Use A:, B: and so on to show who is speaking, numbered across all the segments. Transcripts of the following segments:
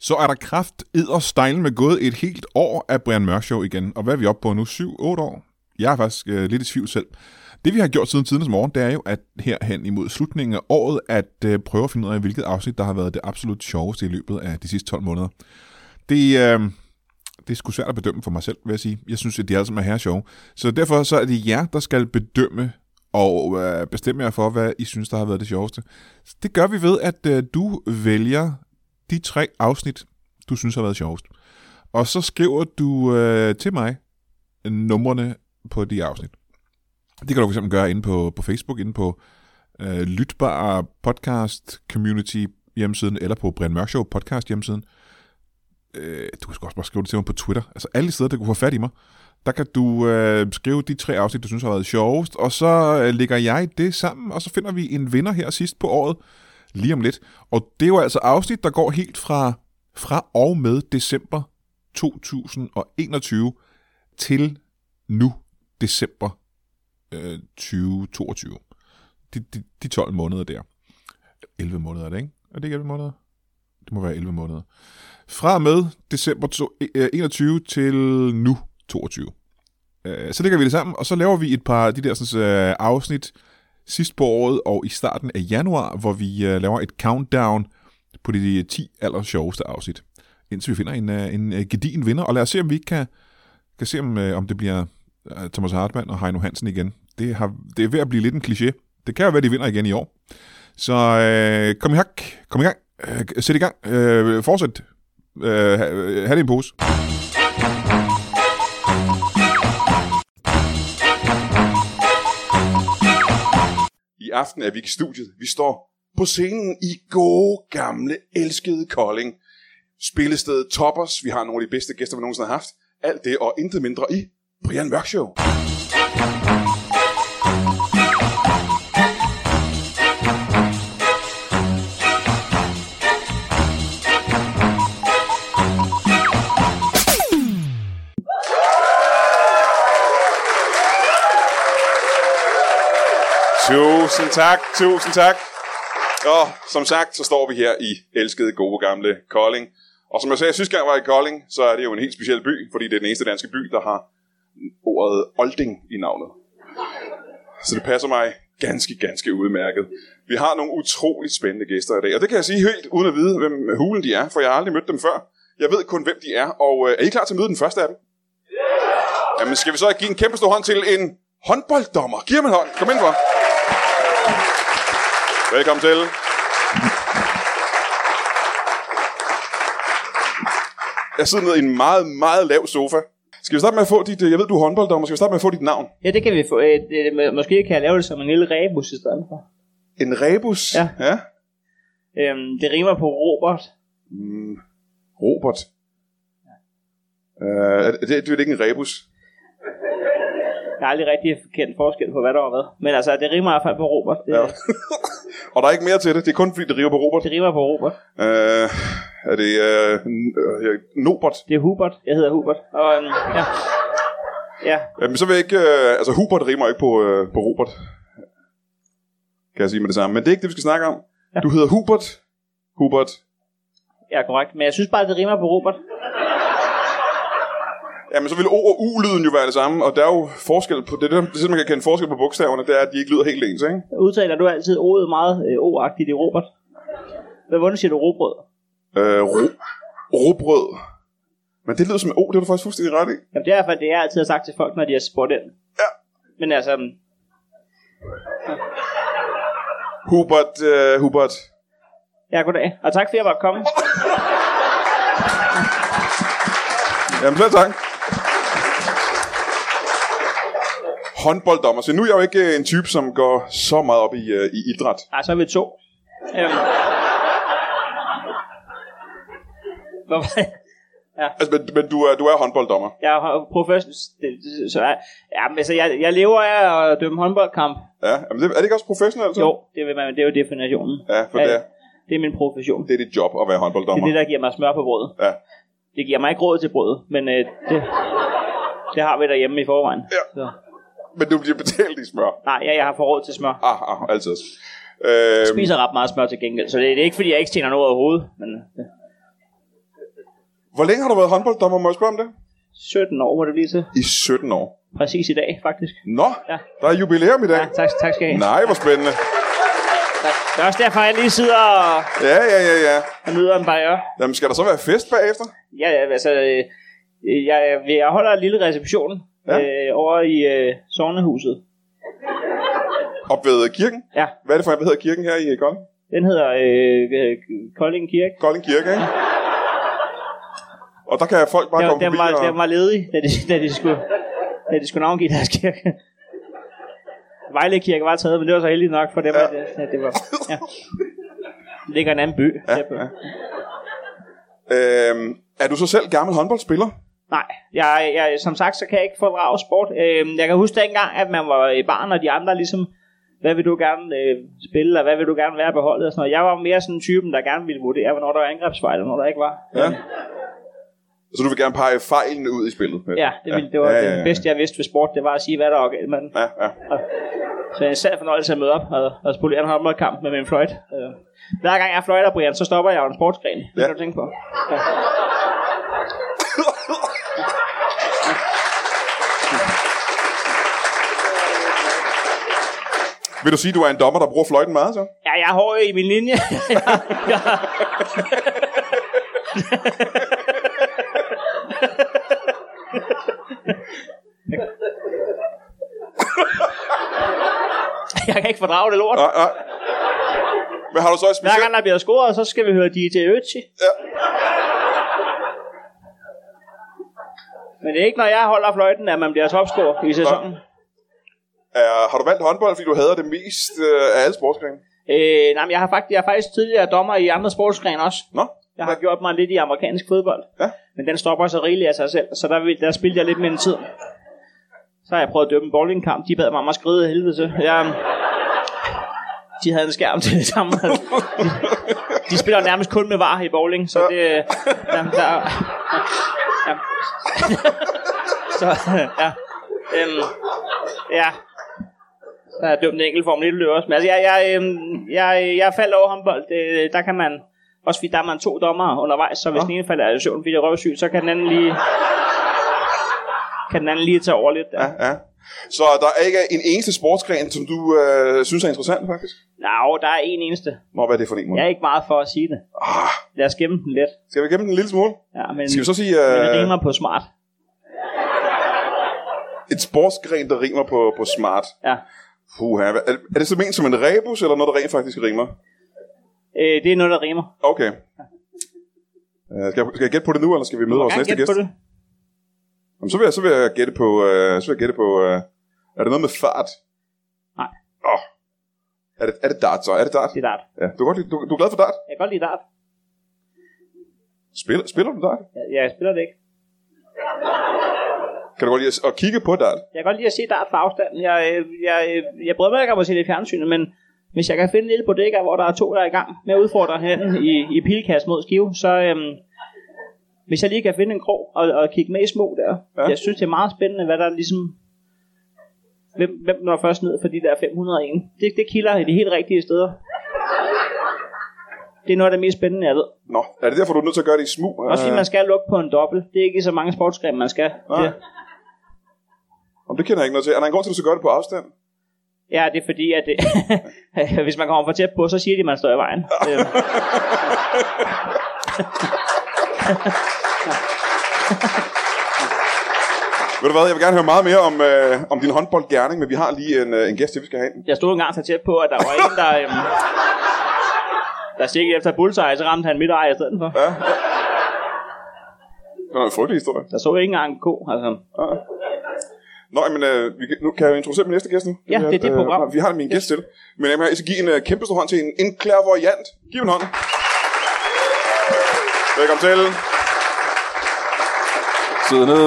A: Så er der kraft style med gået et helt år af Brian Mørk Show igen. Og hvad er vi oppe på nu? 7-8 år? Jeg er faktisk øh, lidt i tvivl selv. Det vi har gjort siden tidens morgen, det er jo at her hen imod slutningen af året, at øh, prøve at finde ud af, hvilket afsnit, der har været det absolut sjoveste i løbet af de sidste 12 måneder. Det, øh, det er sgu svært at bedømme for mig selv, vil jeg sige. Jeg synes, at de alle sammen er her sjove. Så derfor så er det jer, der skal bedømme og øh, bestemme jer for, hvad I synes, der har været det sjoveste. Det gør vi ved, at øh, du vælger de tre afsnit, du synes har været sjovest. Og så skriver du øh, til mig numrene på de afsnit. Det kan du fx gøre inde på, på Facebook, inde på øh, Lytbar Podcast Community hjemmesiden, eller på Brian Mørk Show Podcast hjemmesiden. Øh, du kan sgu også bare skrive det til mig på Twitter. Altså alle de steder, der kunne få fat i mig. Der kan du øh, skrive de tre afsnit, du synes har været sjovest, og så øh, lægger jeg det sammen, og så finder vi en vinder her sidst på året, lige om lidt. Og det er jo altså afsnit, der går helt fra, fra og med december 2021 til nu, december øh, 2022. De, de, de 12 måneder der. 11 måneder er det, ikke? Er det ikke 11 måneder? Det må være 11 måneder. Fra og med december to- øh, 21 til nu 22. Øh, Så lægger vi det sammen, og så laver vi et par af de der sådan, øh, afsnit sidst på året og i starten af januar, hvor vi øh, laver et countdown på de 10 aller sjoveste afsnit. Indtil vi finder en, øh, en øh, gedigen vinder, og lad os se, om vi ikke kan, kan se, om, øh, om det bliver øh, Thomas Hartmann og Heino Hansen igen. Det, har, det er ved at blive lidt en kliché. Det kan jo være, de vinder igen i år. Så øh, kom i hak, kom i gang, øh, sæt i gang, øh, fortsæt, øh, ha, øh, ha' det i en pose.
B: I aften er vi ikke i studiet. Vi står på scenen i gode, gamle, elskede Kolding. Spillestedet Toppers. Vi har nogle af de bedste gæster, vi nogensinde har haft. Alt det og intet mindre i Brian Mørk Show. Tusind tak, tusind tak. Og som sagt, så står vi her i elskede, gode, gamle Kolding. Og som jeg sagde sidste gang, jeg var i Kolding, så er det jo en helt speciel by, fordi det er den eneste danske by, der har ordet olding i navnet. Så det passer mig ganske, ganske udmærket. Vi har nogle utroligt spændende gæster i dag, og det kan jeg sige helt uden at vide, hvem hulen de er, for jeg har aldrig mødt dem før. Jeg ved kun, hvem de er, og øh, er I klar til at møde den første af dem? Jamen, skal vi så give en kæmpe stor hånd til en håndbolddommer? Giv ham en hånd. Kom ind for. Velkommen til. Jeg sidder nede i en meget, meget lav sofa. Skal vi starte med at få dit... øh, Jeg ved, du er håndbolddommer. Skal vi starte med at få dit navn?
C: Ja, det kan vi få. Øh, det, må- måske kan jeg lave det som en lille rebus i stedet for.
B: En rebus?
C: Ja.
B: ja.
C: Øhm, det rimer på Robert.
B: Mm, Robert. Ja. Uh, er det, det er vel ikke en rebus.
C: Jeg har aldrig rigtig kendt forskel på, hvad der var hvad. Men altså, det rimer i hvert fald på Robert. Det,
B: Ja. Og der er ikke mere til det. Det er kun fordi, det river på Robert.
C: det rimer på Robert.
B: Uh, er det uh, n- øh, Nobert?
C: Det er Hubert. Jeg hedder Hubert. Og, øhm, ja. ja,
B: Jamen, så vil jeg ikke... Uh, altså, Hubert rimer ikke på, uh, på Robert. Kan jeg sige med det samme. Men det er ikke det, vi skal snakke om. Ja.
C: Ja.
B: Du hedder Hubert. Hubert.
C: jeg er korrekt. Men jeg synes bare, det rimer på Robert.
B: Jamen, så vil O og U-lyden jo være det samme, og der er jo forskel på... Det er det, det er sådan, man kan kende forskel på bogstaverne, det er, at de ikke lyder helt ens, ikke?
C: Udtaler du altid ordet meget øh, o-agtigt i Robert? Hvad hvordan siger du robrød?
B: Øh, ro, robrød. Men det lyder som O, det er du faktisk fuldstændig ret i.
C: Jamen, det er i hvert fald det, jeg altid har sagt til folk, når de har spurgt ind.
B: Ja.
C: Men altså,
B: Hubert, øh, Hubert.
C: ja, goddag. Og tak fordi jeg var kommet.
B: Jamen, selv tak. Håndbolddommer. Så nu er jeg jo ikke øh, en type, som går så meget op i, øh, i idræt.
C: Ej, så er vi to. Øhm. Hvor var jeg?
B: Altså, men, men du, er, du er håndbolddommer.
C: Jeg er professionel, så jeg, ja, men altså, jeg, jeg lever af at dømme håndboldkamp.
B: Ja, jamen, det, er det ikke også professionelt? Så?
C: Jo, det, vil man, det er jo definitionen.
B: Ja, for det er,
C: det er min profession.
B: det er dit job at være
C: Det er
B: håndbolddommer.
C: det, der giver mig smør på brødet.
B: Ja.
C: Det giver mig ikke råd til brødet, men øh, det, det har vi derhjemme i forvejen.
B: Ja.
C: Så.
B: Men du bliver betalt i smør.
C: Nej, jeg, jeg har for råd til smør.
B: Ah, ah, altid. Øhm,
C: Jeg spiser ret meget smør til gengæld, så det, det er ikke, fordi jeg ikke tjener noget overhovedet. Men, øh,
B: Hvor længe har du været håndbolddommer, må jeg spørge om det?
C: 17 år må det blive til.
B: I 17 år.
C: Præcis i dag, faktisk.
B: Nå, ja.
C: Ja.
B: der er jubilæum i dag.
C: Ja, tak, tak skal I have.
B: Nej, hvor spændende.
C: Tak. Det er også derfor, jeg lige sidder og,
B: Ja, ja, ja, ja.
C: og nyder en barriere.
B: Jamen, skal der så være fest bagefter?
C: Ja, ja, altså, øh, jeg, jeg holder en lille reception
B: Ja.
C: ja. øh, over i øh, Sognehuset.
B: Op ved kirken?
C: Ja,
B: Hvad er det for en, hvad hedder kirken her i Kolding?
C: den hedder øh, øh, Kolding Kirke.
B: Kolding Kirke, ikke? Og der kan folk bare
C: Den,
B: komme
C: den,
B: forbi
C: var, den
B: og...
C: var ledig, da de, da de skulle, da de skulle navngive deres kirke. Vejle Kirke var taget, men det var så heldigt nok for dem,
B: Ja.
C: ja. at, det- at det var... Ja. Det ligger en anden by.
B: Ja,
C: derpå.
B: ja. Øhm, er du så selv gammel håndboldspiller?
C: Nej, jeg, jeg, som sagt, så kan jeg ikke fordrage sport. Øhm, jeg kan huske dengang, at man var i barn, og de andre ligesom, hvad vil du gerne øh, spille, og hvad vil du gerne være på holdet, og sådan noget. Jeg var mere sådan typen, der gerne ville vurdere, hvornår der var angrebsfejl, og hvornår der ikke var.
B: Ja. Så du vil gerne pege fejlen ud i spillet?
C: Ja, det, ville, det var ja, ja, ja. det bedste, jeg vidste ved sport, det var at sige, hvad der var galt. Men,
B: Ja, ja.
C: så jeg selv fornøjelse at møde op og, og spolere en håndboldkamp med min fløjt. Øh, hver gang jeg fløjter, Brian, så stopper jeg jo en sportsgren. Det
B: Ja.
C: ja. kan du tænke på. Ja.
B: Vil du sige, at du er en dommer, der bruger fløjten meget, så?
C: Ja, jeg er hård i min linje. jeg kan ikke fordrage det lort.
B: Nej, nej. Men har du så et
C: Hver
B: specielt...
C: gang der bliver scoret, så skal vi høre DJ Ötzi.
B: Ja.
C: Men det er ikke, når jeg holder fløjten, at man bliver topscorer i sæsonen.
B: Er, har du valgt håndbold, fordi du hader det mest øh, af alle sportsgrene?
C: Øh, nej, men jeg har, faktisk, jeg er faktisk tidligere dommer i andre sportsgrene også.
B: Nå?
C: Jeg har gjort mig lidt i amerikansk fodbold.
B: Ja.
C: Men den stopper så rigeligt af sig selv, så der, vil- der spildte jeg lidt med en tid. Så har jeg prøvet at dømme en bowlingkamp. De bad mig om at skride af helvede til. Jeg, de havde en skærm til det samme. De, de spiller nærmest kun med var i bowling, så det... Ja, der, ja. Så, ja. Øhm, ja. Så har jeg dømt en enkelt form lidt løber også. Men altså, jeg, jeg, øhm, jeg, jeg faldt over håndbold. Det, der kan man... Også fordi der er man to dommer undervejs, så hvis
B: Nå.
C: den ene falder i søvn, fordi det er røvsyg, så kan den anden lige... Kan den anden lige tage over lidt. Der.
B: Ja,
C: Ja.
B: ja. Så der er ikke en eneste sportsgren, som du øh, synes er interessant, faktisk?
C: Nå, der er en eneste.
B: Nå, hvad er det for en måde?
C: Jeg er ikke meget for at sige det.
B: Ah,
C: Lad os gemme den lidt.
B: skal vi gemme den en lille smule?
C: Ja, men,
B: Skal vi så sige
C: men det
B: øh,
C: rimer på smart.
B: et sportsgren, der rimer på, på smart?
C: Ja.
B: Puha, hvad- er, er det så ment som en rebus, eller noget, der rent faktisk rimer?
C: Øh, det er noget, der rimer.
B: Okay. Øh, skal, jeg, skal jeg gætte på det nu, eller skal vi møde vores
C: Gerne
B: næste
C: gæt
B: gæst?
C: på det.
B: Jamen, så vil jeg, så vil jeg gætte på... Øh, så vil jeg gætte på øh, er det noget med fart?
C: Nej.
B: Åh. Er det, er det dart, så? Er det dart?
C: Det er dart.
B: Ja. Du, er godt, lide- du, du er glad for dart?
C: Jeg kan godt lide dart.
B: Spiller, spiller du dart?
C: Jeg, jeg spiller det ikke.
B: Kan du godt lide at, at kigge på dart?
C: Jeg kan godt lide at se dart fra afstanden. Jeg, øh, jeg, øh, jeg bryder mig ikke om at se det i fjernsynet, men hvis jeg kan finde en lille bodega, hvor der er to, der er i gang med at udfordre hinanden i, i pilkast mod skive, så øhm, hvis jeg lige kan finde en krog og, og kigge med i små der.
B: Ja.
C: Ja. Jeg synes, det er meget spændende, hvad der ligesom... Hvem, hvem når først ned for de der 501? Det, det kilder i de helt rigtige steder. Det er noget af det mest spændende, jeg ved.
B: Nå, er det derfor, du er nødt til at gøre det i smug?
C: Også fordi
B: Øh,
C: man skal lukke på en dobbelt. Det er ikke så mange sportsgrene, man skal.
B: Nej.
C: Det,
B: Øh, Om det kender jeg ikke noget til. Er der en grund til, at du skal gøre det på afstand?
C: ja, det er fordi, at det, hvis man kommer for tæt på, så siger de, at man står i vejen. Øhm.
B: Ved du hvad, jeg vil gerne høre meget mere om, øh, om din håndboldgerning, men vi har lige en, øh, en gæst, til, vi skal have ind.
C: Jeg stod engang så tæt på, at der var en, der... Øhm, der stikkede efter bullseye, så ramte han mit ej i stedet for.
B: Ja. ja. Det var en frygtelig historie.
C: Der så jeg ikke engang en ko. Altså.
B: Ja. Ah. Nå, men øh, vi, kan- nu kan jeg jo introducere min næste gæst nu.
C: Ja, det er dit program.
B: Øh, vi har min gæst til. Men jamen, jeg skal give en øh, kæmpe stor hånd til en, en clairvoyant. Giv en hånd. Velkommen til. Sid ned.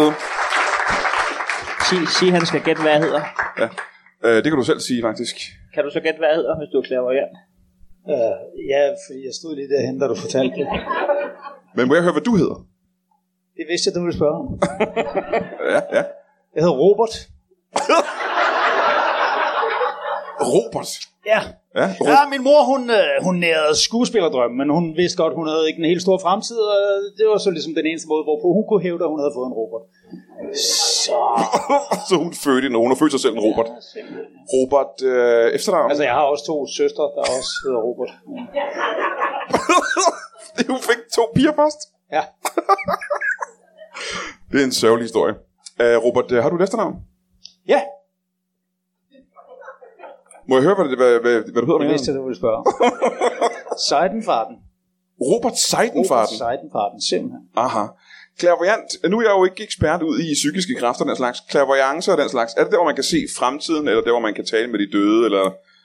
C: Sig, sig, han skal gætte, hvad jeg hedder.
B: Ja. Øh, det kan du selv sige, faktisk.
C: Kan du så gætte, hvad jeg hedder, hvis du er klaverjant?
D: Øh, ja, fordi jeg stod lige derhen, da du fortalte det.
B: Men må jeg høre, hvad du hedder?
D: Det vidste jeg, du ville spørge om.
B: Ja, ja.
D: Jeg hedder Robert.
B: Robert.
D: Ja,
B: Ja,
D: Ja, min mor, hun, øh, hun nærede skuespillerdrømmen, men hun vidste godt, hun havde ikke en helt stor fremtid, og det var så ligesom den eneste måde, hvorpå hun kunne hævde, at hun havde fået en robot. Så...
B: så hun fødte en, hun har født sig selv en Robert. Robert øh, efternavn. Altså,
D: Altså, jeg har også to søstre, der også hedder Robert.
B: hun fik to piger først.
D: Ja.
B: Det er en sørgelig historie. Øh, Robert, øh, har du et efternavn?
D: Ja,
B: Må jeg høre, hvad, det, hvad, hvad, hvad du hedder?
D: det
B: mere?
D: vidste jeg, du ville spørge. Seidenfarten.
B: Robert Seidenfarten.
D: Robert Seidenfarten, simpelthen.
B: Aha. Clairvoyant. Nu er jeg jo ikke ekspert ud i psykiske kræfter og den slags. Clairvoyance og den slags. Er det der, hvor man kan se fremtiden, eller der, hvor man kan tale med de døde, eller...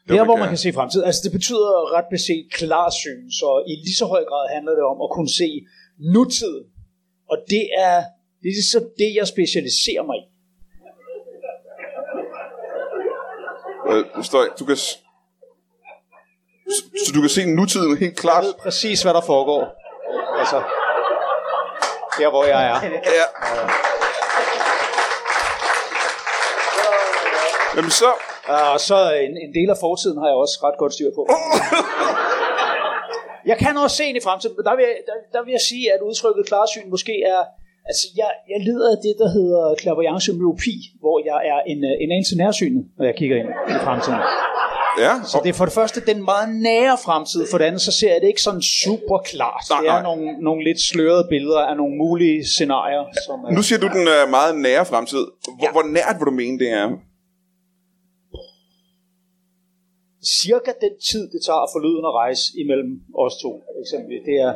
D: Det er, hvor man kan se fremtiden. Altså, det betyder ret beset klarsyn, så i lige så høj grad handler det om at kunne se nutiden. Og det er, det er så det, jeg specialiserer mig i.
B: Øh, støj, du kan... s- Så, så du kan se nutiden helt klart?
D: Jeg ved præcis, hvad der foregår. Altså, der hvor jeg er.
B: Ja. Jamen så...
D: Ah, Og så en, en del af fortiden har jeg også ret godt styr på. Jeg kan også se ind i fremtiden, men der vil, jeg, der, der vil jeg sige, at udtrykket klarsyn måske er... Altså, jeg, jeg lider af det, der hedder clairvoyance myopi, hvor jeg er en, øh, en anelse nærsynet, når jeg kigger ind i fremtiden.
B: Ja,
D: Så det er for det første den meget nære fremtid, for det andet så ser jeg det ikke sådan super klart.
B: Nej,
D: det er
B: nej.
D: nogle, nogle lidt slørede billeder af nogle mulige scenarier, som er...
B: nu siger du den øh, meget nære fremtid. Hvor, ja. hvor nært vil du mene, det er?
D: cirka den tid, det tager for lyden at rejse imellem os to. Eksempelvis. Det er,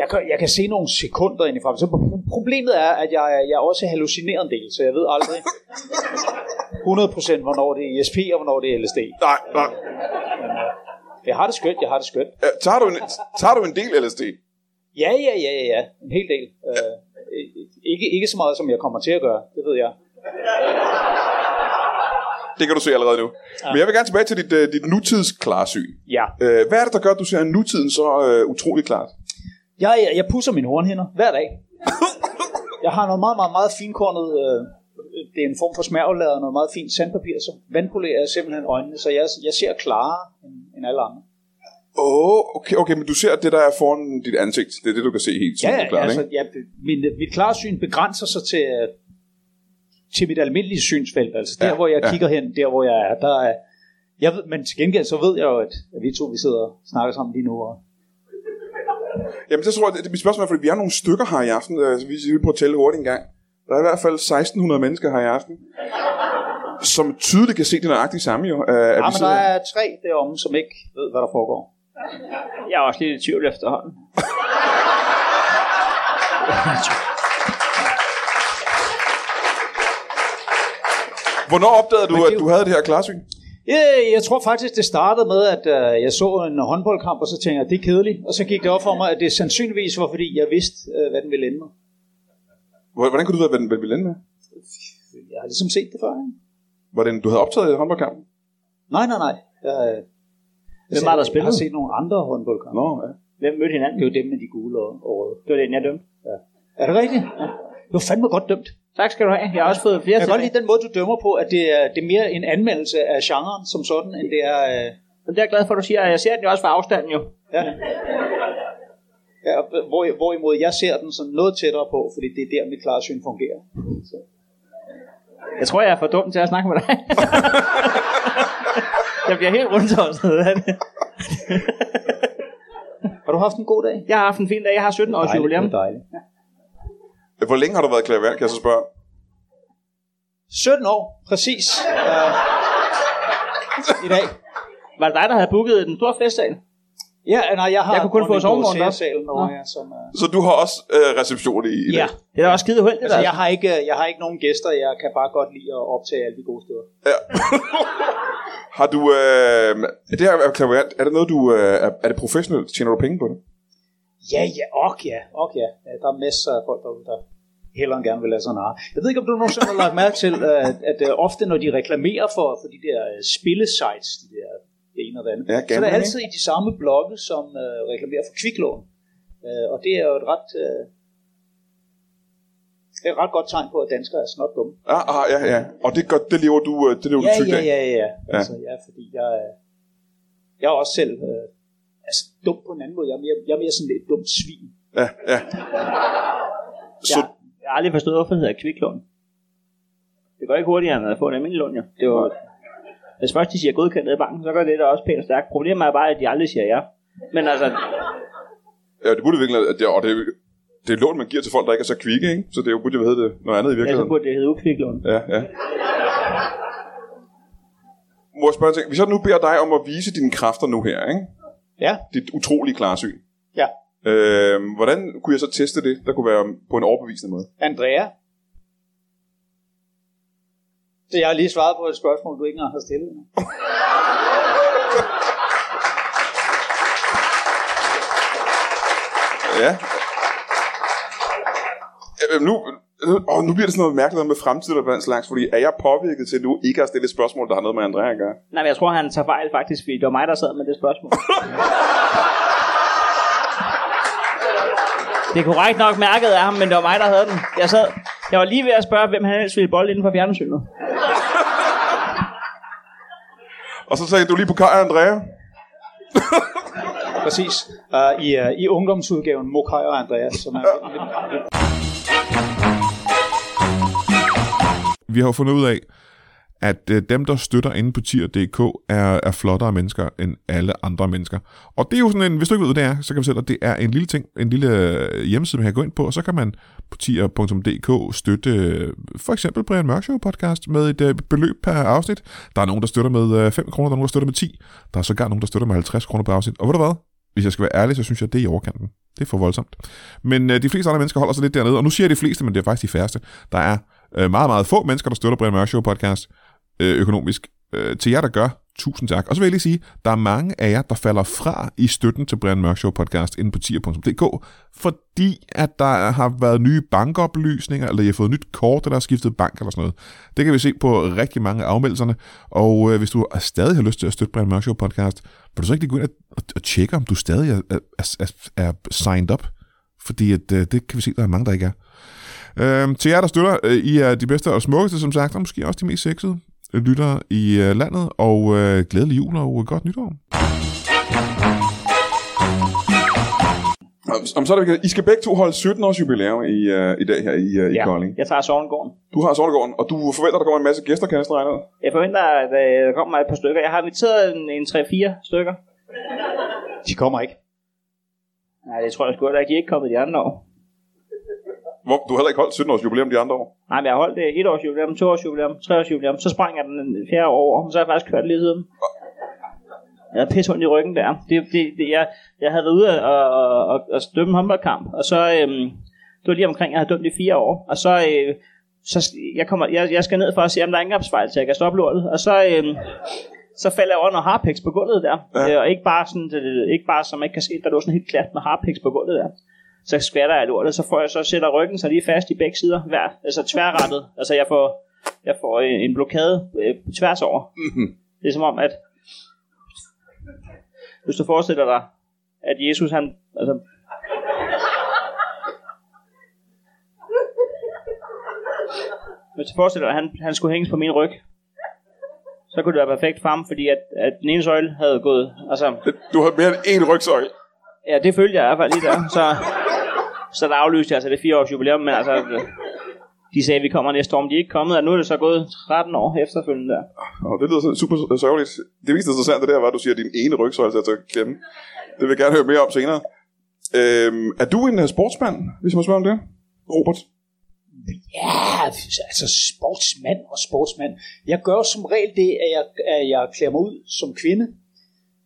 D: jeg, kan, jeg kan se nogle sekunder ind i fremtiden. Så pro- Problemet er, at jeg, jeg også hallucinerer en del, så jeg ved aldrig 100% hvornår det er ESP og hvornår det er LSD.
B: Nej, nej.
D: Jeg har det skønt, jeg har det skønt.
B: Øh, tager, du en, tager du en del LSD?
D: Ja, ja, ja, ja, ja. En hel del. Øh, ikke, ikke så meget, som jeg kommer til at gøre, det ved jeg.
B: Det kan du se allerede nu. Men jeg vil gerne tilbage til dit, øh, dit nutidsklarsyn.
D: Ja.
B: Øh, hvad er det, der gør, at du ser nutiden så øh, utrolig klart?
D: Jeg, jeg, jeg pusser mine hornhinder hver dag. Jeg har noget meget, meget, meget finkornet... Øh, det er en form for smærvelader, noget meget fint sandpapir, så vandpolerer jeg simpelthen øjnene, så jeg, jeg ser klarere end, end alle andre.
B: Åh, oh, okay, okay, men du ser det, der er foran dit ansigt. Det er det, du kan se helt
D: Ja,
B: tydeligt
D: ja,
B: klart,
D: altså,
B: ikke?
D: ja, min, mit klarsyn begrænser sig til, øh, til mit almindelige synsfelt, altså der,
B: Ja,
D: ja, hvor jeg
B: ja.
D: ja. kigger hen, der, hvor jeg er, der er jeg ved, men til gengæld så ved jeg jo, at at vi to vi sidder og snakker sammen lige nu. Og,
B: Jamen, så tror jeg, det, mit spørgsmål er, fordi vi er nogle stykker her i aften, øh, så vi skal lige prøve at tælle hurtigt en gang. Der er i hvert fald 1600 mennesker her i aften, som tydeligt kan se det nøjagtigt samme jo. Øh, at
D: ja,
B: vi
D: men der
B: sidder-
D: er tre deromme, som ikke ved, hvad der foregår.
C: Jeg er også lidt i tvivl efterhånden.
B: Hvornår opdagede du,
D: Men det er
B: at
D: jo-
B: du havde det her klarsyn?
D: Ja, jeg tror faktisk, det startede med, at øh, jeg så en håndboldkamp, og så tænkte jeg, det er kedeligt. Og så gik det op for mig, at det sandsynligvis var, fordi jeg vidste, øh, hvad den ville ende med.
B: Hvor- Hvordan kunne du vide, hvad den hvad den ville ende med?
D: Jeg har ligesom set det før, ikke?
B: Var det en, du havde optaget i håndboldkampen?
D: Nej, nej, nej. Jeg, øh, jeg
C: Hvem var der
D: jeg
C: spillede?
D: har set nogle andre håndboldkampe.
B: Nå, ja.
C: Hvem mødte hinanden?
D: Det var dem med de gule og, og røde.
C: Det var den, jeg dømte.
D: Er det rigtigt? Ja. Det var fandme godt dømt.
C: Tak skal du have. Jeg har også fået flere
D: Jeg kan godt
C: tilbage.
D: lide den måde, du dømmer på, at det er, det er mere en anmeldelse af genren som sådan, end det er... Øh,
C: Men det er jeg glad for, at du siger. Jeg ser den jo også fra afstanden jo.
D: ja. Ja, hvor, hvorimod jeg ser den sådan noget tættere på, fordi det er der, mit klarsyn fungerer. Så.
C: Jeg tror, jeg er for dum til at snakke med dig. jeg bliver helt rundtosset af det.
D: Har du haft en god dag?
C: Jeg har haft en fin dag. Jeg har 17 års jubilæum.
D: dejligt.
B: Øh, Hvor længe har du været klaverant, kan jeg så spørge?
D: 17 år, præcis. Uh, I dag.
C: Var det dig, der havde booket den store festsal?
D: Ja, nej, jeg har...
C: Jeg kunne kun få sovevognen op.
D: salen
C: Nå.
D: over her, som... Uh,
B: Så du har også øh, reception i, i
D: ja.
B: dag?
C: Det er da også skide hul, det
D: Altså,
C: der.
D: jeg har, ikke, jeg har ikke nogen gæster, jeg kan bare godt lide at optage alle de gode steder.
B: Ja. har du... Øh, det her er klaverant. Er det noget, du... Øh, er, er det professionelt? Tjener du penge på det?
D: Ja, ja, ok ja, ok ja. Ja, Der er masser af folk derude, der hellere end gerne vil lade sig narre. Jeg ved ikke, om du nogensinde har lagt mærke til, øh, at øh, ofte når de reklamerer for, for de der øh, spillesites, de der det ene og det andet,
B: Ja,
D: så er
B: gambling,
D: det altid i de samme blokke, som øh, reklamerer for kviklån. Øh, og det er jo et ret... Øh, det er et ret godt tegn på, at danskere er snot dumme.
B: Ja, ah, ja, ja. Og det, gør, det lever du, øh, det lever du
D: Ja,
B: tygt
D: ja,
B: af.
D: ja, ja, ja.
B: Ja.
D: Altså, ja, fordi jeg, øh, Jeg er også selv øh, altså, dum på en anden måde. Jeg er mere, jeg er mere sådan et dumt svin.
B: Ja, ja. Så,
C: Ja. Jeg har aldrig forstået, hvorfor det hedder kviklån. Det går ikke hurtigere, end at få en almindelig lån, jo. Det var, hvis først de siger godkendt ned i banken, så gør det da også pænt og stærkt. Problemet er bare, at de aldrig siger ja. Men altså,
B: ja, det burde virkelig, at det, og det, er jo- det er et lån, man giver til folk, der ikke er så kvikke, ikke? Så det er jo burde jo hedde det noget andet i
C: ja, så
B: virkeligheden.
C: burde det hedde ukviklån.
B: Ja, ja. Må jeg spørge en ting? Hvis jeg nu beder dig om at vise dine kræfter nu her, ikke?
D: Ja.
B: Dit utrolige klarsyn.
D: Ja.
B: Øh, hvordan kunne jeg så teste det, der kunne være på en overbevisende måde?
D: Andrea? Så jeg har lige svaret på et spørgsmål, du ikke engang har stillet. endnu.
B: Ja. Øh, nu, nu, åh, nu bliver det sådan noget mærkeligt noget med fremtiden og den slags, fordi er jeg påvirket til nu ikke at stille et spørgsmål, der har noget med Andrea at gøre?
C: Nej, men jeg tror, han tager fejl faktisk, fordi det var mig, der sad med det spørgsmål. det er korrekt nok mærket af ham, men det var mig, der havde den. Jeg, sad, jeg var lige ved at spørge, hvem han ellers ville bolde inden for fjernsynet.
B: Og så sagde du lige på kaj, Andrea.
D: Præcis. Uh, i, uh, I ungdomsudgaven Mokai og Andreas, som er
A: Vi har jo fundet ud af, at øh, dem, der støtter inde på tier.dk, er, er flottere mennesker end alle andre mennesker. Og det er jo sådan en, hvis du ikke ved, hvad det er, så kan vi fortælle dig, at det er en lille ting, en lille øh, hjemmeside, man kan gå ind på, og så kan man på tier.dk støtte øh, for eksempel Brian Mørk Show podcast med et øh, beløb per afsnit. Der er nogen, der støtter med øh, 5 kroner, der er nogen, der støtter med 10, der er sågar nogen, der støtter med 50 kroner per afsnit. Og ved du hvad? Hvis jeg skal være ærlig, så synes jeg, det er i overkanten. Det er for voldsomt. Men øh, de fleste andre mennesker holder sig lidt dernede, og nu siger jeg de fleste, men det er faktisk de færreste. Der er øh, meget, meget få mennesker, der støtter Brian Mørk Show podcast øh, økonomisk. Øh, til jer, der gør, tusind tak. Og så vil jeg lige sige, der er mange af jer, der falder fra i støtten til Brian Mørk Show podcast inde på tier.dk, fordi at der har været nye bankoplysninger, eller jeg har fået nyt kort, eller der har skiftet bank eller sådan noget. Det kan vi se på rigtig mange af afmeldelserne. Og øh, hvis du stadig har lyst til at støtte Brian Mørk Show podcast, vil du så ikke lige gå ind og, og, og tjekke, om du stadig er, er, er, er signed up? Fordi at, øh, det kan vi se, der er mange, der ikke er. Øhm, til jer, der støtter, øh, I er de bedste og smukkeste, som sagt, og måske også de mest sexede lyttere i øh, landet, og øh, glædelig jul og øh, godt nytår.
B: Om, om så er det, I skal begge to holde 17 års jubilæum i, uh, i dag her i, uh, i
D: Ja.
B: Kolding.
C: Jeg tager Sovengården.
B: Du har Sortegården, og du forventer, der kommer en masse gæster, kan jeg næsten regne ud.
C: Jeg forventer, at øh, der kommer et par stykker. Jeg har inviteret en, en 3-4 stykker.
D: De kommer ikke.
C: Nej, det tror jeg sgu da ikke. De er ikke kommet de andre år.
B: Hvor, du har heller ikke holdt 17 års jubilæum de andre år.
C: Nej, men jeg har holdt øh, det et års jubilæum, to års jubilæum, tre års jubilæum. Så sprang jeg den en fjerde år over, og så har jeg faktisk kørt lige siden. Jeg er pisse i ryggen der. Det, det, det, jeg, jeg havde været ude og, og, og, og dømme en håndboldkamp, og så... Øhm, det var lige omkring, jeg havde dømt i fire år. Og så... Øh, så jeg, kommer, jeg, jeg skal ned for at se, om der er indgangspejl, så jeg kan stoppe lortet. Og så... Øhm, så falder jeg over noget harpiks på gulvet der. Ja. Øh, og ikke bare sådan, det, det, ikke bare, som man ikke kan se, der lå sådan helt klat med harpiks på gulvet der så skvatter jeg lortet, så får jeg så sætter ryggen så lige fast i begge sider, hver, altså tværrettet. Altså jeg får, jeg får en, en blokade øh, tværs over. Det er som om, at hvis du forestiller dig, at Jesus han, altså, hvis du forestiller dig, at han, han skulle hænges på min ryg, så kunne det være perfekt for ham, fordi at, at den ene søjle havde gået, altså,
B: Du har mere end én rygsøjle.
C: Ja, det følte jeg i hvert fald lige der. Så, så der aflyste jeg altså det fire års jubilæum, men altså, de sagde, at vi kommer næste år, men de er ikke kommet, og nu er det så gået 13 år efterfølgende der.
B: Og det lyder sådan super sørgeligt. Det mest interessante der var, at du siger, at din ene rygsøjle er til at klemme. Det vil jeg gerne høre mere om senere. Øhm, er du en øh, sportsmand, hvis jeg må spørge om det? Robert?
D: Ja, altså sportsmand og sportsmand. Jeg gør jo som regel det, at jeg, at jeg klæder mig ud som kvinde,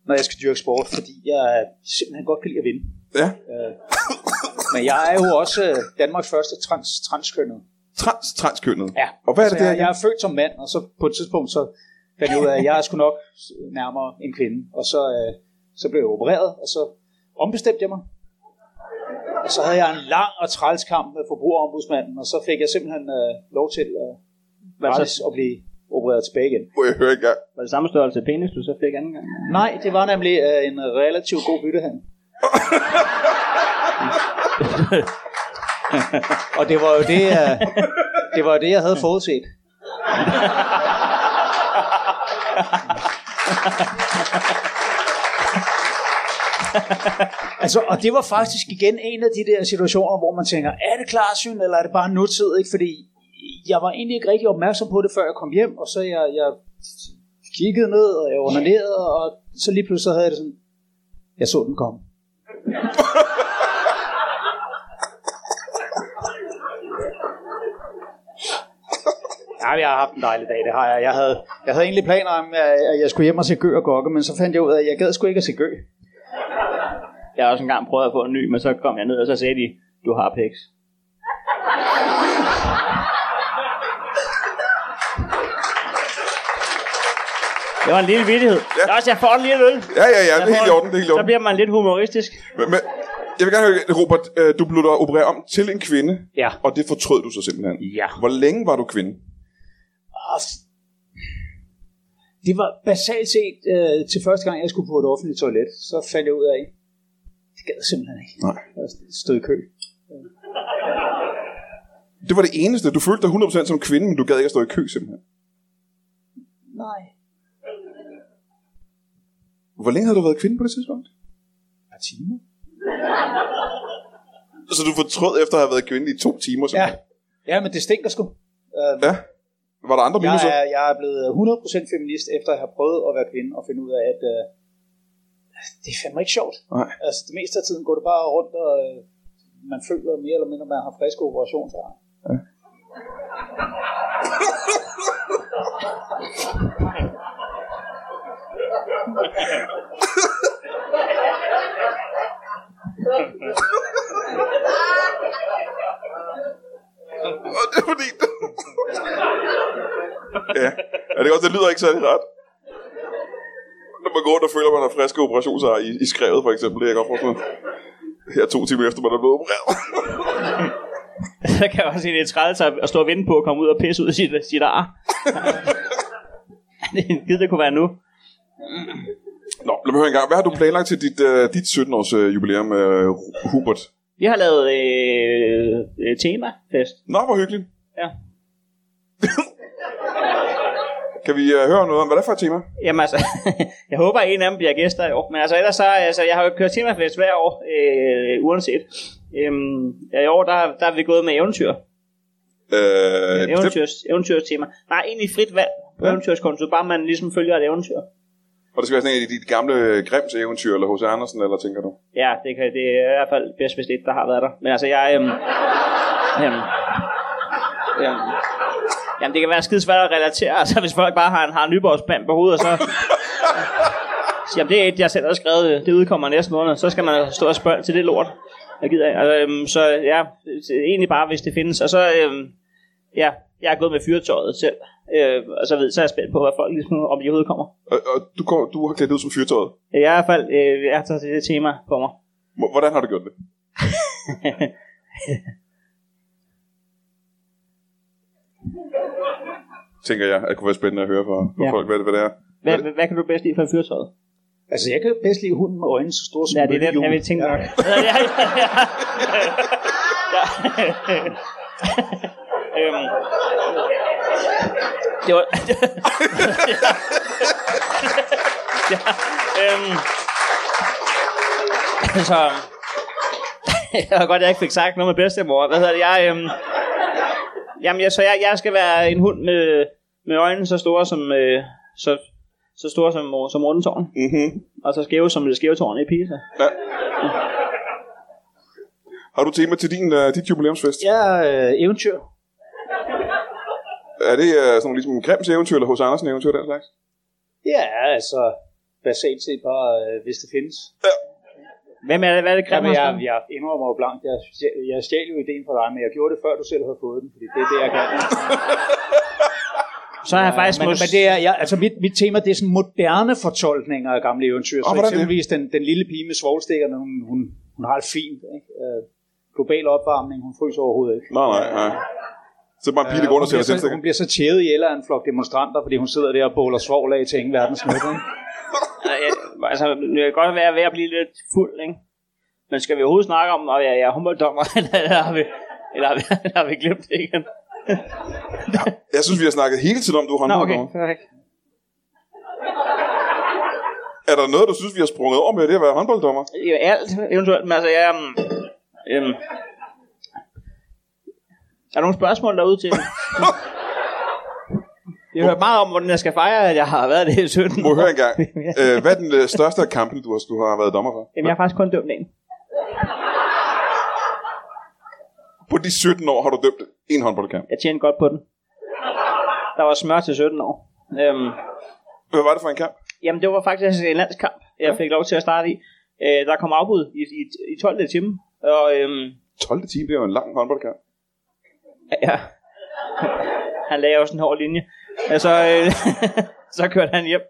D: når jeg skal dyrke sport, fordi jeg simpelthen godt kan lide at vinde.
B: Ja.
D: Øh, men jeg er jo også øh, Danmarks første trans, transkønnet.
B: Trans, transkønnet.
D: Ja.
B: Og hvad er det,
D: så
B: det
D: jeg,
B: her?
D: jeg er født som mand, og så på et tidspunkt så fandt jeg ud af, at jeg er sgu nok nærmere en kvinde. Og så, øh, så blev jeg opereret, og så ombestemte jeg mig. Og så havde jeg en lang og træls kamp med forbrugerombudsmanden, og så fik jeg simpelthen øh, lov til øh,
C: Var det,
D: gratis
C: så,
D: at blive opereret tilbage igen.
B: Må jeg høre engang?
C: var det samme størrelse penis, du så fik anden gang?
D: Nej, det var nemlig øh, en relativt god byttehandel. og det var jo det, øh, det var jo det, jeg havde forudset. altså, og det var faktisk igen en af de der situationer, hvor man tænker, er det klarsyn, eller er det bare nutid? Ikke? Fordi jeg var egentlig ikke rigtig opmærksom på det, før jeg kom hjem, og så jeg, jeg kiggede ned, og jeg undernerede, og så lige pludselig så havde jeg det sådan, jeg så den komme. Ja, jeg har haft en dejlig dag, det har jeg. Jeg havde, jeg havde egentlig planer om, at- at jeg skulle hjem og se Gø og Gokke, men så fandt jeg ud af, at jeg gad sgu ikke at se Gø.
C: Jeg har også engang prøvet at få en ny, men så kom jeg ned, og så sagde de, du har pæks. Det var en lille vittighed. Ja. Også, jeg får den lige et øl.
B: Ja, ja, ja,
C: Jeg
B: det er
C: får
B: helt i
C: den.
B: orden, det er helt i
C: Så
B: orden.
C: bliver man lidt humoristisk.
B: Men, men, jeg vil gerne høre, Robert, øh, du blev da opereret om til en kvinde,
C: Ja.
B: og det fortrød du så simpelthen.
C: Ja.
B: Hvor længe var du kvinde?
D: Og Det var basalt set øh, til første gang, jeg skulle på et offentligt toilet, så fandt jeg ud af, det gad jeg simpelthen ikke.
B: Nej.
D: Jeg stod i kø.
B: Det var det eneste. Du følte dig 100% som kvinde, men du gad ikke at stå i kø simpelthen.
D: Nej.
B: Hvor længe havde du været kvinde på det tidspunkt?
D: Et par timer.
B: Så du fortrød efter at have været kvinde i to timer
D: Ja.
B: simpelthen?
D: ja, men det stinker sgu. Øh,
B: ja. Var der andre
D: jeg,
B: minuser?
D: er, jeg er blevet 100% feminist, efter at have prøvet at være kvinde, og finde ud af, at øh, det er fandme ikke sjovt.
B: Nej.
D: Altså, det meste af tiden går det bare rundt, og øh, man føler mere eller mindre, at man har friske operationsar.
B: Og det er fordi... ja. Er det godt, det lyder ikke særlig ret. Når man går rundt og føler, at man har friske operationsar i, i skrevet, for eksempel, det er jeg godt forstå. Her to timer efter, man er blevet opereret.
C: Så kan jeg også sige, det er træls at at stå og vente på at komme ud og pisse ud af sit, sit ar. det er en skid, det kunne være nu.
B: Nå, lad mig høre en gang. Hvad har du planlagt til dit, øh, dit 17-års øh, jubilæum, øh, Ru- Hubert?
C: Vi har lavet øh, øh, temafest.
B: Nå, hvor hyggeligt.
C: Ja.
B: Kan vi øh, høre noget om, hvad det er for et tema?
C: Jamen altså, jeg håber, at en af dem bliver gæster i år. Men altså, ellers så, altså, jeg har jo kørt temafest hver år, øh, uanset. Øhm, ja, I år, der, der er vi gået med eventyr.
B: Øh, bestemt.
C: Eventyrs, eventyrstema. Nej, egentlig frit valg på
B: Ja.
C: ja. eventyrskonto, bare man ligesom følger et eventyr.
B: Og det skal være sådan en af de, de gamle øh, Grimms eventyr, eller H.C. Andersen, eller tænker du?
C: Ja, det, kan, det er i hvert fald bedst, hvis det der har været der. Men altså, jeg... Øhm, øhm, øhm, jamen, det kan være skide svært at relatere, altså, hvis folk bare har en, har en nyborgsband på hovedet, og så... Jamen, det er et, jeg selv har skrevet, øh, det udkommer næste måned, så skal man altså stå og spørge til det lort. Jeg gider ikke. Altså, øhm, så ja, det er egentlig bare, hvis det findes. Og så, øhm, ja, jeg er gået med fyretøjet selv, øh, og så, ved, så er jeg spændt på, hvad folk ligesom, om de overhovedet kommer.
B: Og, og du, går, du har klædt ud som fyrtøjet.
C: Jeg er i hvert fald, øh, jeg tager til det tema på mig.
B: Hvor- Hvordan har du gjort det? Tænker jeg, at det kunne være spændende at høre fra, fra ja.
C: Ja.
B: folk, hvad det, hvad det er.
C: Hvad, hvad, hvad kan du bedst lide for fyrtøjet?
D: Altså, jeg kan bedst lide hunden med øjnene så store som
C: Ja, det er det, jeg vil
D: møllehjulet.
C: tænke nok.
D: Ja.
C: Ja, ja, ja, ja. Øhm. Det var... ja. Øhm. Så... Det var godt, jeg ikke fik sagt noget med bedstemor. Hvad hedder det? Jeg, øhm... Jamen, jeg, så jeg, jeg skal være en hund med, med øjnene så store som... Øh, så, så store som, som rundetårn.
B: Mm-hmm.
C: Og så skæve som det skæve tårn i Pisa.
B: Ja. Har du tema til din, uh, dit jubilæumsfest?
D: Jeg er øh, eventyr.
B: Er det uh, sådan nogle, ligesom Grimms eventyr, eller H.C. Andersen eventyr, den slags?
D: Ja, altså, basalt set bare, øh, hvis det findes.
C: Hvem er det, hvad er det,
D: Ja, men
C: Grimmer?
D: jeg, jeg indrømmer jo blankt, jeg, jeg stjal jo ideen fra dig, men jeg gjorde det, før du selv havde fået den, fordi det er det, jeg kan.
C: Så er jeg faktisk...
D: men,
C: mås-
D: men det er, ja, altså mit, mit tema, det er sådan moderne fortolkninger af gamle eventyr.
B: Og
D: Så
B: hvordan det?
D: eksempelvis den, den lille pige med svovlstikkerne, hun, hun, hun har det fint. Ikke? Øh, global opvarmning, hun fryser overhovedet ikke.
B: Nej, nej, nej. Øh, Så er det bare en pige, der går
D: hun,
B: under og sætter
D: bliver så,
B: tændstikker.
D: hun bliver så tjæret ihjel af en flok demonstranter, fordi hun sidder der og båler svovl af til ingen verdens nytte. ikke?
C: Øh, altså, det kan godt være ved at blive lidt fuld, ikke? Men skal vi overhovedet snakke om, at jeg, jeg er hummeldommer, eller, eller, har vi, eller, har vi, eller har vi glemt det igen?
B: Jeg synes, vi har snakket hele tiden om, du har
C: Nå,
B: håndbold
C: okay.
B: over.
C: Perfekt.
B: er der noget, du synes, vi har sprunget over med det at være håndbolddommer?
C: Ja, alt eventuelt, men altså, jeg... Um, um, er der nogle spørgsmål derude til? Jeg har hørt meget om, hvordan jeg skal fejre, at jeg har været det i
B: Må jeg
C: 17 år.
B: høre engang. Øh, hvad er den øh, største af kampen, du har, du har været dommer for?
C: Jamen, jeg har faktisk kun dømt en.
B: På de 17 år har du dømt en håndboldkamp.
C: Jeg tjener godt på den. Der var smør til 17 år. Øhm,
B: Hvad var det for en kamp?
C: jamen, det var faktisk en landskamp, jeg fik lov til at starte i. Øh, der kom afbud i, i, i 12. time. Og øhm,
B: 12. time, det er jo en lang håndboldkamp.
C: ja, han lagde også en hård linje. Og så, øh, så kørte han hjem.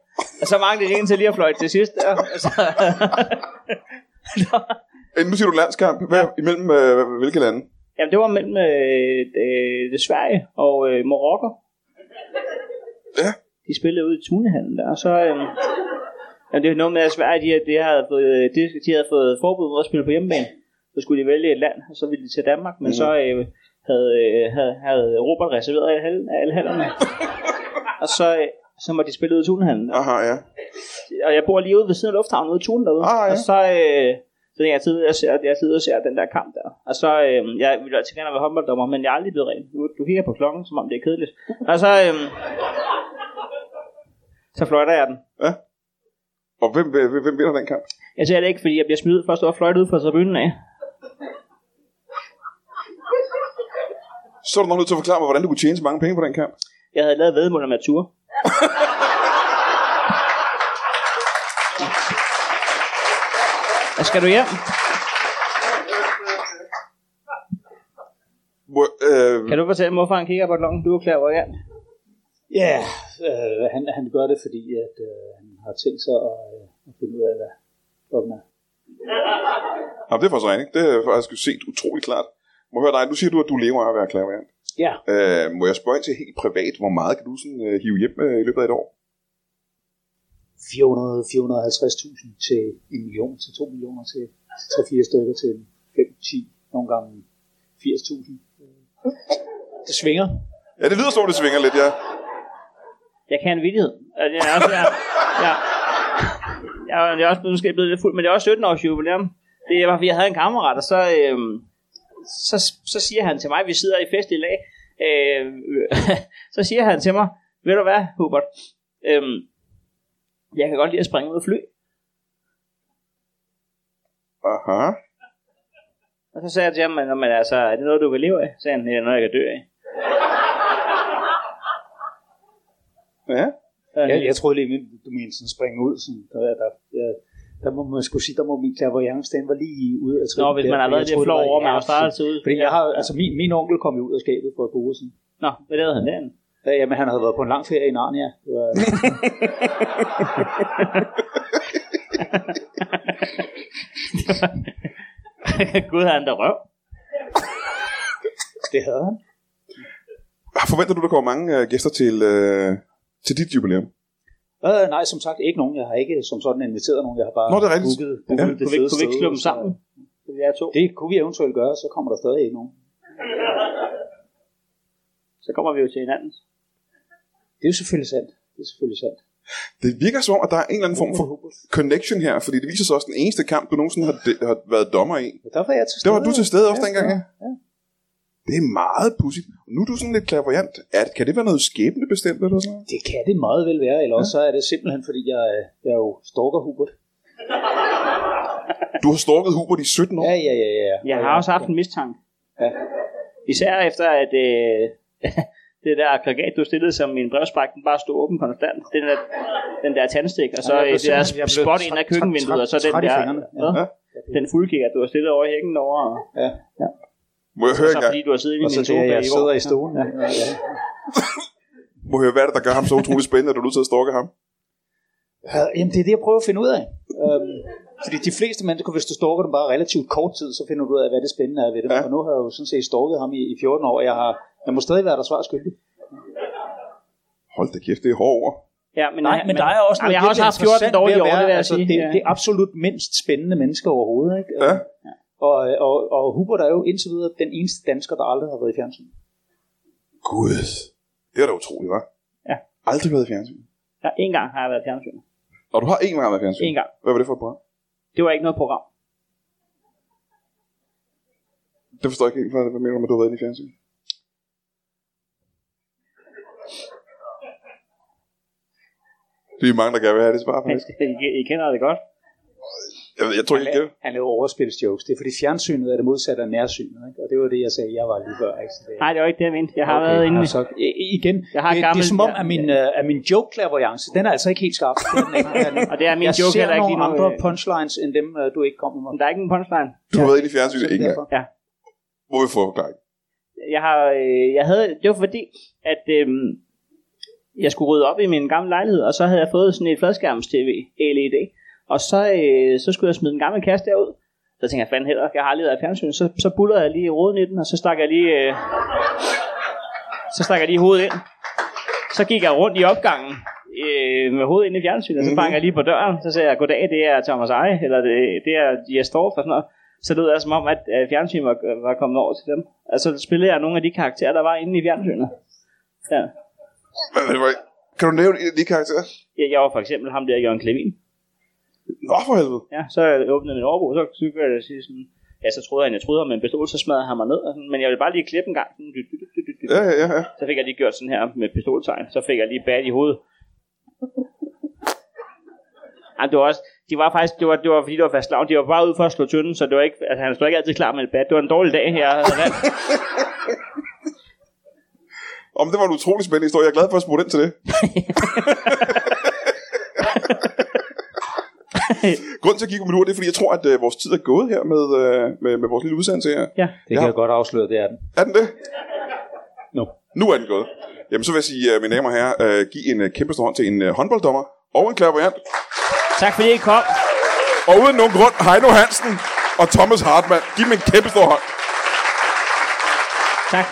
C: Og så manglede det en til lige at fløjte til sidst. Der. Og så,
B: Øh, nu siger du landskamp. Hvad, imellem øh, hvilke lande?
C: jamen, det var mellem øh, øh, det Sverige og øh, Marokko.
B: Ja.
C: de spillede ude i Tunehallen der, og så... Øhm, jamen, det er noget med, at Sverige, de, de, havde fået, de, de havde fået forbud mod at spille på hjemmebane. Så skulle de vælge et land, og så ville de til Danmark, men mm. så øh, havde, øh, havde, havde Robert reserveret alle, hal- alle hallerne. og så, øh, så måtte de spille ude i Tunehallen. Og,
B: Aha, ja.
C: og jeg bor lige ude ved siden af lufthavnen ude i Tune derude.
B: Ah, ja.
C: Og så... Øh, så jeg sidder, jeg, ser, jeg sidder og ser den der kamp der. Og så, øh, jeg ville altid gerne være håndbolddommer, men jeg er aldrig blevet ren. Nu, du kigger på klokken, som om det er kedeligt. Og så, øh, så fløjter jeg den.
B: Og hvem, hvem, hvem vinder den kamp?
C: Jeg ser det ikke, fordi jeg bliver smidt for at stå og fløjte ud fra tribunen af.
B: Så er du nok nødt til at forklare mig, hvordan du kunne tjene så mange penge på den kamp.
C: Jeg havde lavet vedmål om natur. Hvad skal du hjem?
B: Må, øh,
C: Kan du fortælle, hvorfor han kigger på klokken? Du er klar over, ja.
D: Ja, øh, han, han gør det, fordi at, øh, han har tænkt sig at, øh, at finde ud af, hvad klokken er.
B: jamen, det er faktisk rigtigt. Det er faktisk set utroligt klart. Må jeg høre dig, nu siger du, at du lever af at være klaverant.
D: Ja,
B: Øh, må jeg spørge ind til helt privat, hvor meget kan du sådan, øh, hive hjem øh, i løbet af et år?
D: 400 450.000 til 1 million, til 2 millioner, til 3-4 stykker, til 5-10, nogle gange 80.000. Øh, Det svinger.
B: Ja, det lyder som, om, det svinger lidt, ja.
C: Jeg kan en vidighed. Og det er også, jeg, jeg, jeg, jeg er også måske blevet lidt fuld, men det er også 17 års jubilæum. Det var, fordi jeg havde en kammerat, og så, øhm, så, så siger han til mig, vi sidder i fest i lag, øh, så siger han til mig, ved du hvad, Hubert, øhm, jeg kan godt lide at springe ud af fly.
B: Aha.
C: Og så sagde jeg til ham, "Nå, men altså, er det noget, du kan leve af? Så sagde han, det er noget, jeg kan dø af.
B: Ja.
D: Jeg, jeg troede lige, du mente sådan springe ud. Sådan, der, der, der, der må man skulle sige, der må min clairvoyance, den var lige ude af
C: Nå,
D: trinnet
C: hvis
D: der,
C: man har
D: for
C: været
D: jeg
C: lidt
D: troede,
C: flov
D: var
C: over, man har
D: jævnt.
C: startet sig ud.
D: Fordi jeg har, altså min, min onkel kom jo ud af skabet for et par uger siden.
C: Nå, hvad lavede han derinde?
D: Ja, jamen, han havde været på en lang ferie i Narnia. Det var...
C: Gud, har han der røv.
D: det havde han.
B: Forventer du, der kommer mange øh, gæster til, øh, til dit jubilæum?
D: Øh, nej, som sagt, ikke nogen. Jeg har ikke som sådan inviteret nogen. Jeg har bare
B: Nå, det er rigtigt.
D: booket,
B: Ja.
D: booket
B: Kunne
D: det
C: Kunne vi, ikke-
D: fede
C: kunne vi ikke
D: sted,
C: slå dem
D: så-
C: sammen? Det er to.
D: Det kunne vi eventuelt gøre, så kommer der stadig ikke nogen.
C: Så kommer vi jo til hinanden.
D: Det er jo selvfølgelig sandt. Det er selvfølgelig sandt.
B: Det virker som om, at der er en eller anden form for connection her, fordi det viser sig også den eneste kamp, du nogensinde har, de, har været dommer i.
D: Ja, der var jeg til
B: Der
D: stede.
B: var du til stede også
D: Ja,
B: dengang, ja. Det er meget pudsigt. Nu er du sådan lidt klaverjant. Er, det- kan det være noget skæbnebestemt eller sådan noget?
D: Det kan det meget vel være, eller også så er det simpelthen, fordi jeg, øh, jeg er jo stalker Hubert.
B: Du har stalket Hubert i 17 år.
D: Ja, ja, ja, ja.
C: Jeg har også haft en mistanke.
D: Ja.
C: Især efter, at øh, det der aggregat, du stillede som min brevspræk, den bare stod åben konstant. Den der, den der tandstik, og så
D: Ja, jeg
C: ja,
D: blev
C: det der
D: simpelthen- jeg blev
C: spot
D: træt-
C: ind af køkkenvinduet, og så
D: træt-
C: den
D: træt i
C: der
D: fingrene. Ja.
C: ja. den fuldkigger, du har stillet over hækken over, og
D: Ja.
B: Må jeg høre
C: så
B: engang,
C: fordi du har siddet i
D: Og så
C: min
D: det,
C: sofa
D: at jeg
C: i
D: sidder
C: går.
D: i stolen. Ja. Ja.
B: må jeg høre, hvad er det, der gør ham så utrolig spændende, at du er nødt til at stalke ham?
D: Ja, Jamen, det er det, jeg prøver at finde ud af. Øhm, fordi de fleste mennesker, hvis du stalker dem bare relativt kort tid, så finder du ud af, hvad det spændende er ved dem.
B: Ja.
D: Ja. Og nu har jeg jo sådan set stalket ham i, i 14 år, og jeg, har, jeg må stadig være der svar skyldig.
B: Hold da kæft, det er hårde ord.
C: Ja, men,
D: Nej, men der er også
C: Jamen, jeg har også haft 14 dårlige år, det vil jeg sige.
D: altså, Det,
C: Ja.
D: det er absolut mindst spændende mennesker overhovedet. Ikke?
B: Ja.
D: Og, og, og Hubert er jo indtil videre den eneste dansker, der aldrig har været i fjernsyn.
B: Gud. Det er da utroligt, hva'?
C: Ja.
B: Aldrig været i fjernsyn.
C: Ja, en gang har jeg været fjernsyn.
B: Og du har én gang været i fjernsyn?
C: En gang.
B: Hvad var det for et program?
C: Det var ikke noget program.
B: Det forstår jeg ikke helt, hvad hvad mener du med, at du har været inde i fjernsyn? Det er mange, der gerne vil have det svar,
C: Men
B: faktisk.
C: I, I kender det godt.
B: Jeg, jeg tror ikke,
D: Han,
B: det.
D: laver- han laver overspilsjokes. Det er fordi fjernsynet er det modsatte af nærsynet. Ikke? Og det var det, jeg sagde, jeg var lige før. Ikke? Så det,
C: Nej, det var ikke det, jeg mente. Jeg har været inde.
D: altså, i- i- igen,
C: Jeg har
D: det,
C: gammel-
D: det, er som om,
C: ja,
D: at min, øh, at min joke-klaverance, den er altså ikke helt skarp. Det er den ikke. Den-
C: Og det er min
D: jeg
C: joke
D: ser
C: heller ikke
D: nogle
C: lige nu,
D: andre
C: øh.
D: punchlines, end dem, øh, du ikke kommer med.
C: Men Der er ikke en punchline.
B: Du har været inde i fjernsyn
D: Så det er
B: en gang.
D: derfor.
B: Må vi få dig?
C: Jeg har, øh, jeg havde, det var fordi, at øh, jeg skulle rydde op i min gamle lejlighed, og så havde jeg fået sådan et fladskærms-tv, LED. E Og så, øh, så skulle jeg smide den gamle kasse derud. Så tænkte jeg, fanden heller, jeg har aldrig været i fjernsyn. Så, så bullerede jeg lige i roden i den, og så stak jeg lige, øh, så stak jeg lige hovedet ind. Så gik jeg rundt i opgangen øh, med hovedet inde i fjernsynet, og så banker jeg lige på døren. Så sagde jeg, goddag, det er Thomas Eje, eller det, det er Jes Dorf og sådan noget. Så lød det som om, at øh, fjernsynet var, var kommet over til dem. Og så spillede jeg nogle af de karakterer, der var inde i fjernsynet. Ja.
B: Hvad var det for en? Kan du nævne en af de karakterer?
C: Jeg- Jeg var for eksempel ham der, Jørgen Klevin.
B: Nå, for helvede.
C: Ja, så åbnede min overbo, så så kunne jeg sige sådan, ja, så troede jeg, at jeg troede ham med en pistol, så smadrede han mig ned. Og sådan, men jeg ville bare lige klippe en gang. Sådan, dyt, dyt, dyt, dyt, dyt.
B: Ja, ja, ja, ja.
C: Så fik jeg lige gjort sådan her med pistoltegn. Så fik jeg lige bat i hovedet. Ej, det var også, de var faktisk, det var, det var fordi det var fast lavn. De var bare ude for at slå tynden, så det var ikke, altså, han stod ikke altid klar med et bat. Det var en dårlig dag, jeg havde valgt.
B: Om det var en utrolig spændende historie. Jeg er glad for at spurgte ind til det. Grunden til at kigge på min ur, det er, fordi jeg tror, at øh, vores tid er gået her med, øh, med, med vores lille udsendelse her.
C: Ja.
D: Det kan jeg godt afsløre, det er den.
B: Er den det?
D: Nu.
B: Nu er den gået. Jamen, så vil jeg sige, øh, mine damer og herrer, øh, giv en øh, kæmpe stor hånd til en øh, håndbolddommer og en klaverant.
C: Tak fordi I kom.
B: Og uden nogen grund, Heino Hansen og Thomas Hartmann. Giv dem en kæmpe stor hånd.
C: Tak.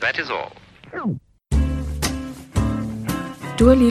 E: That is all.
F: Du har lige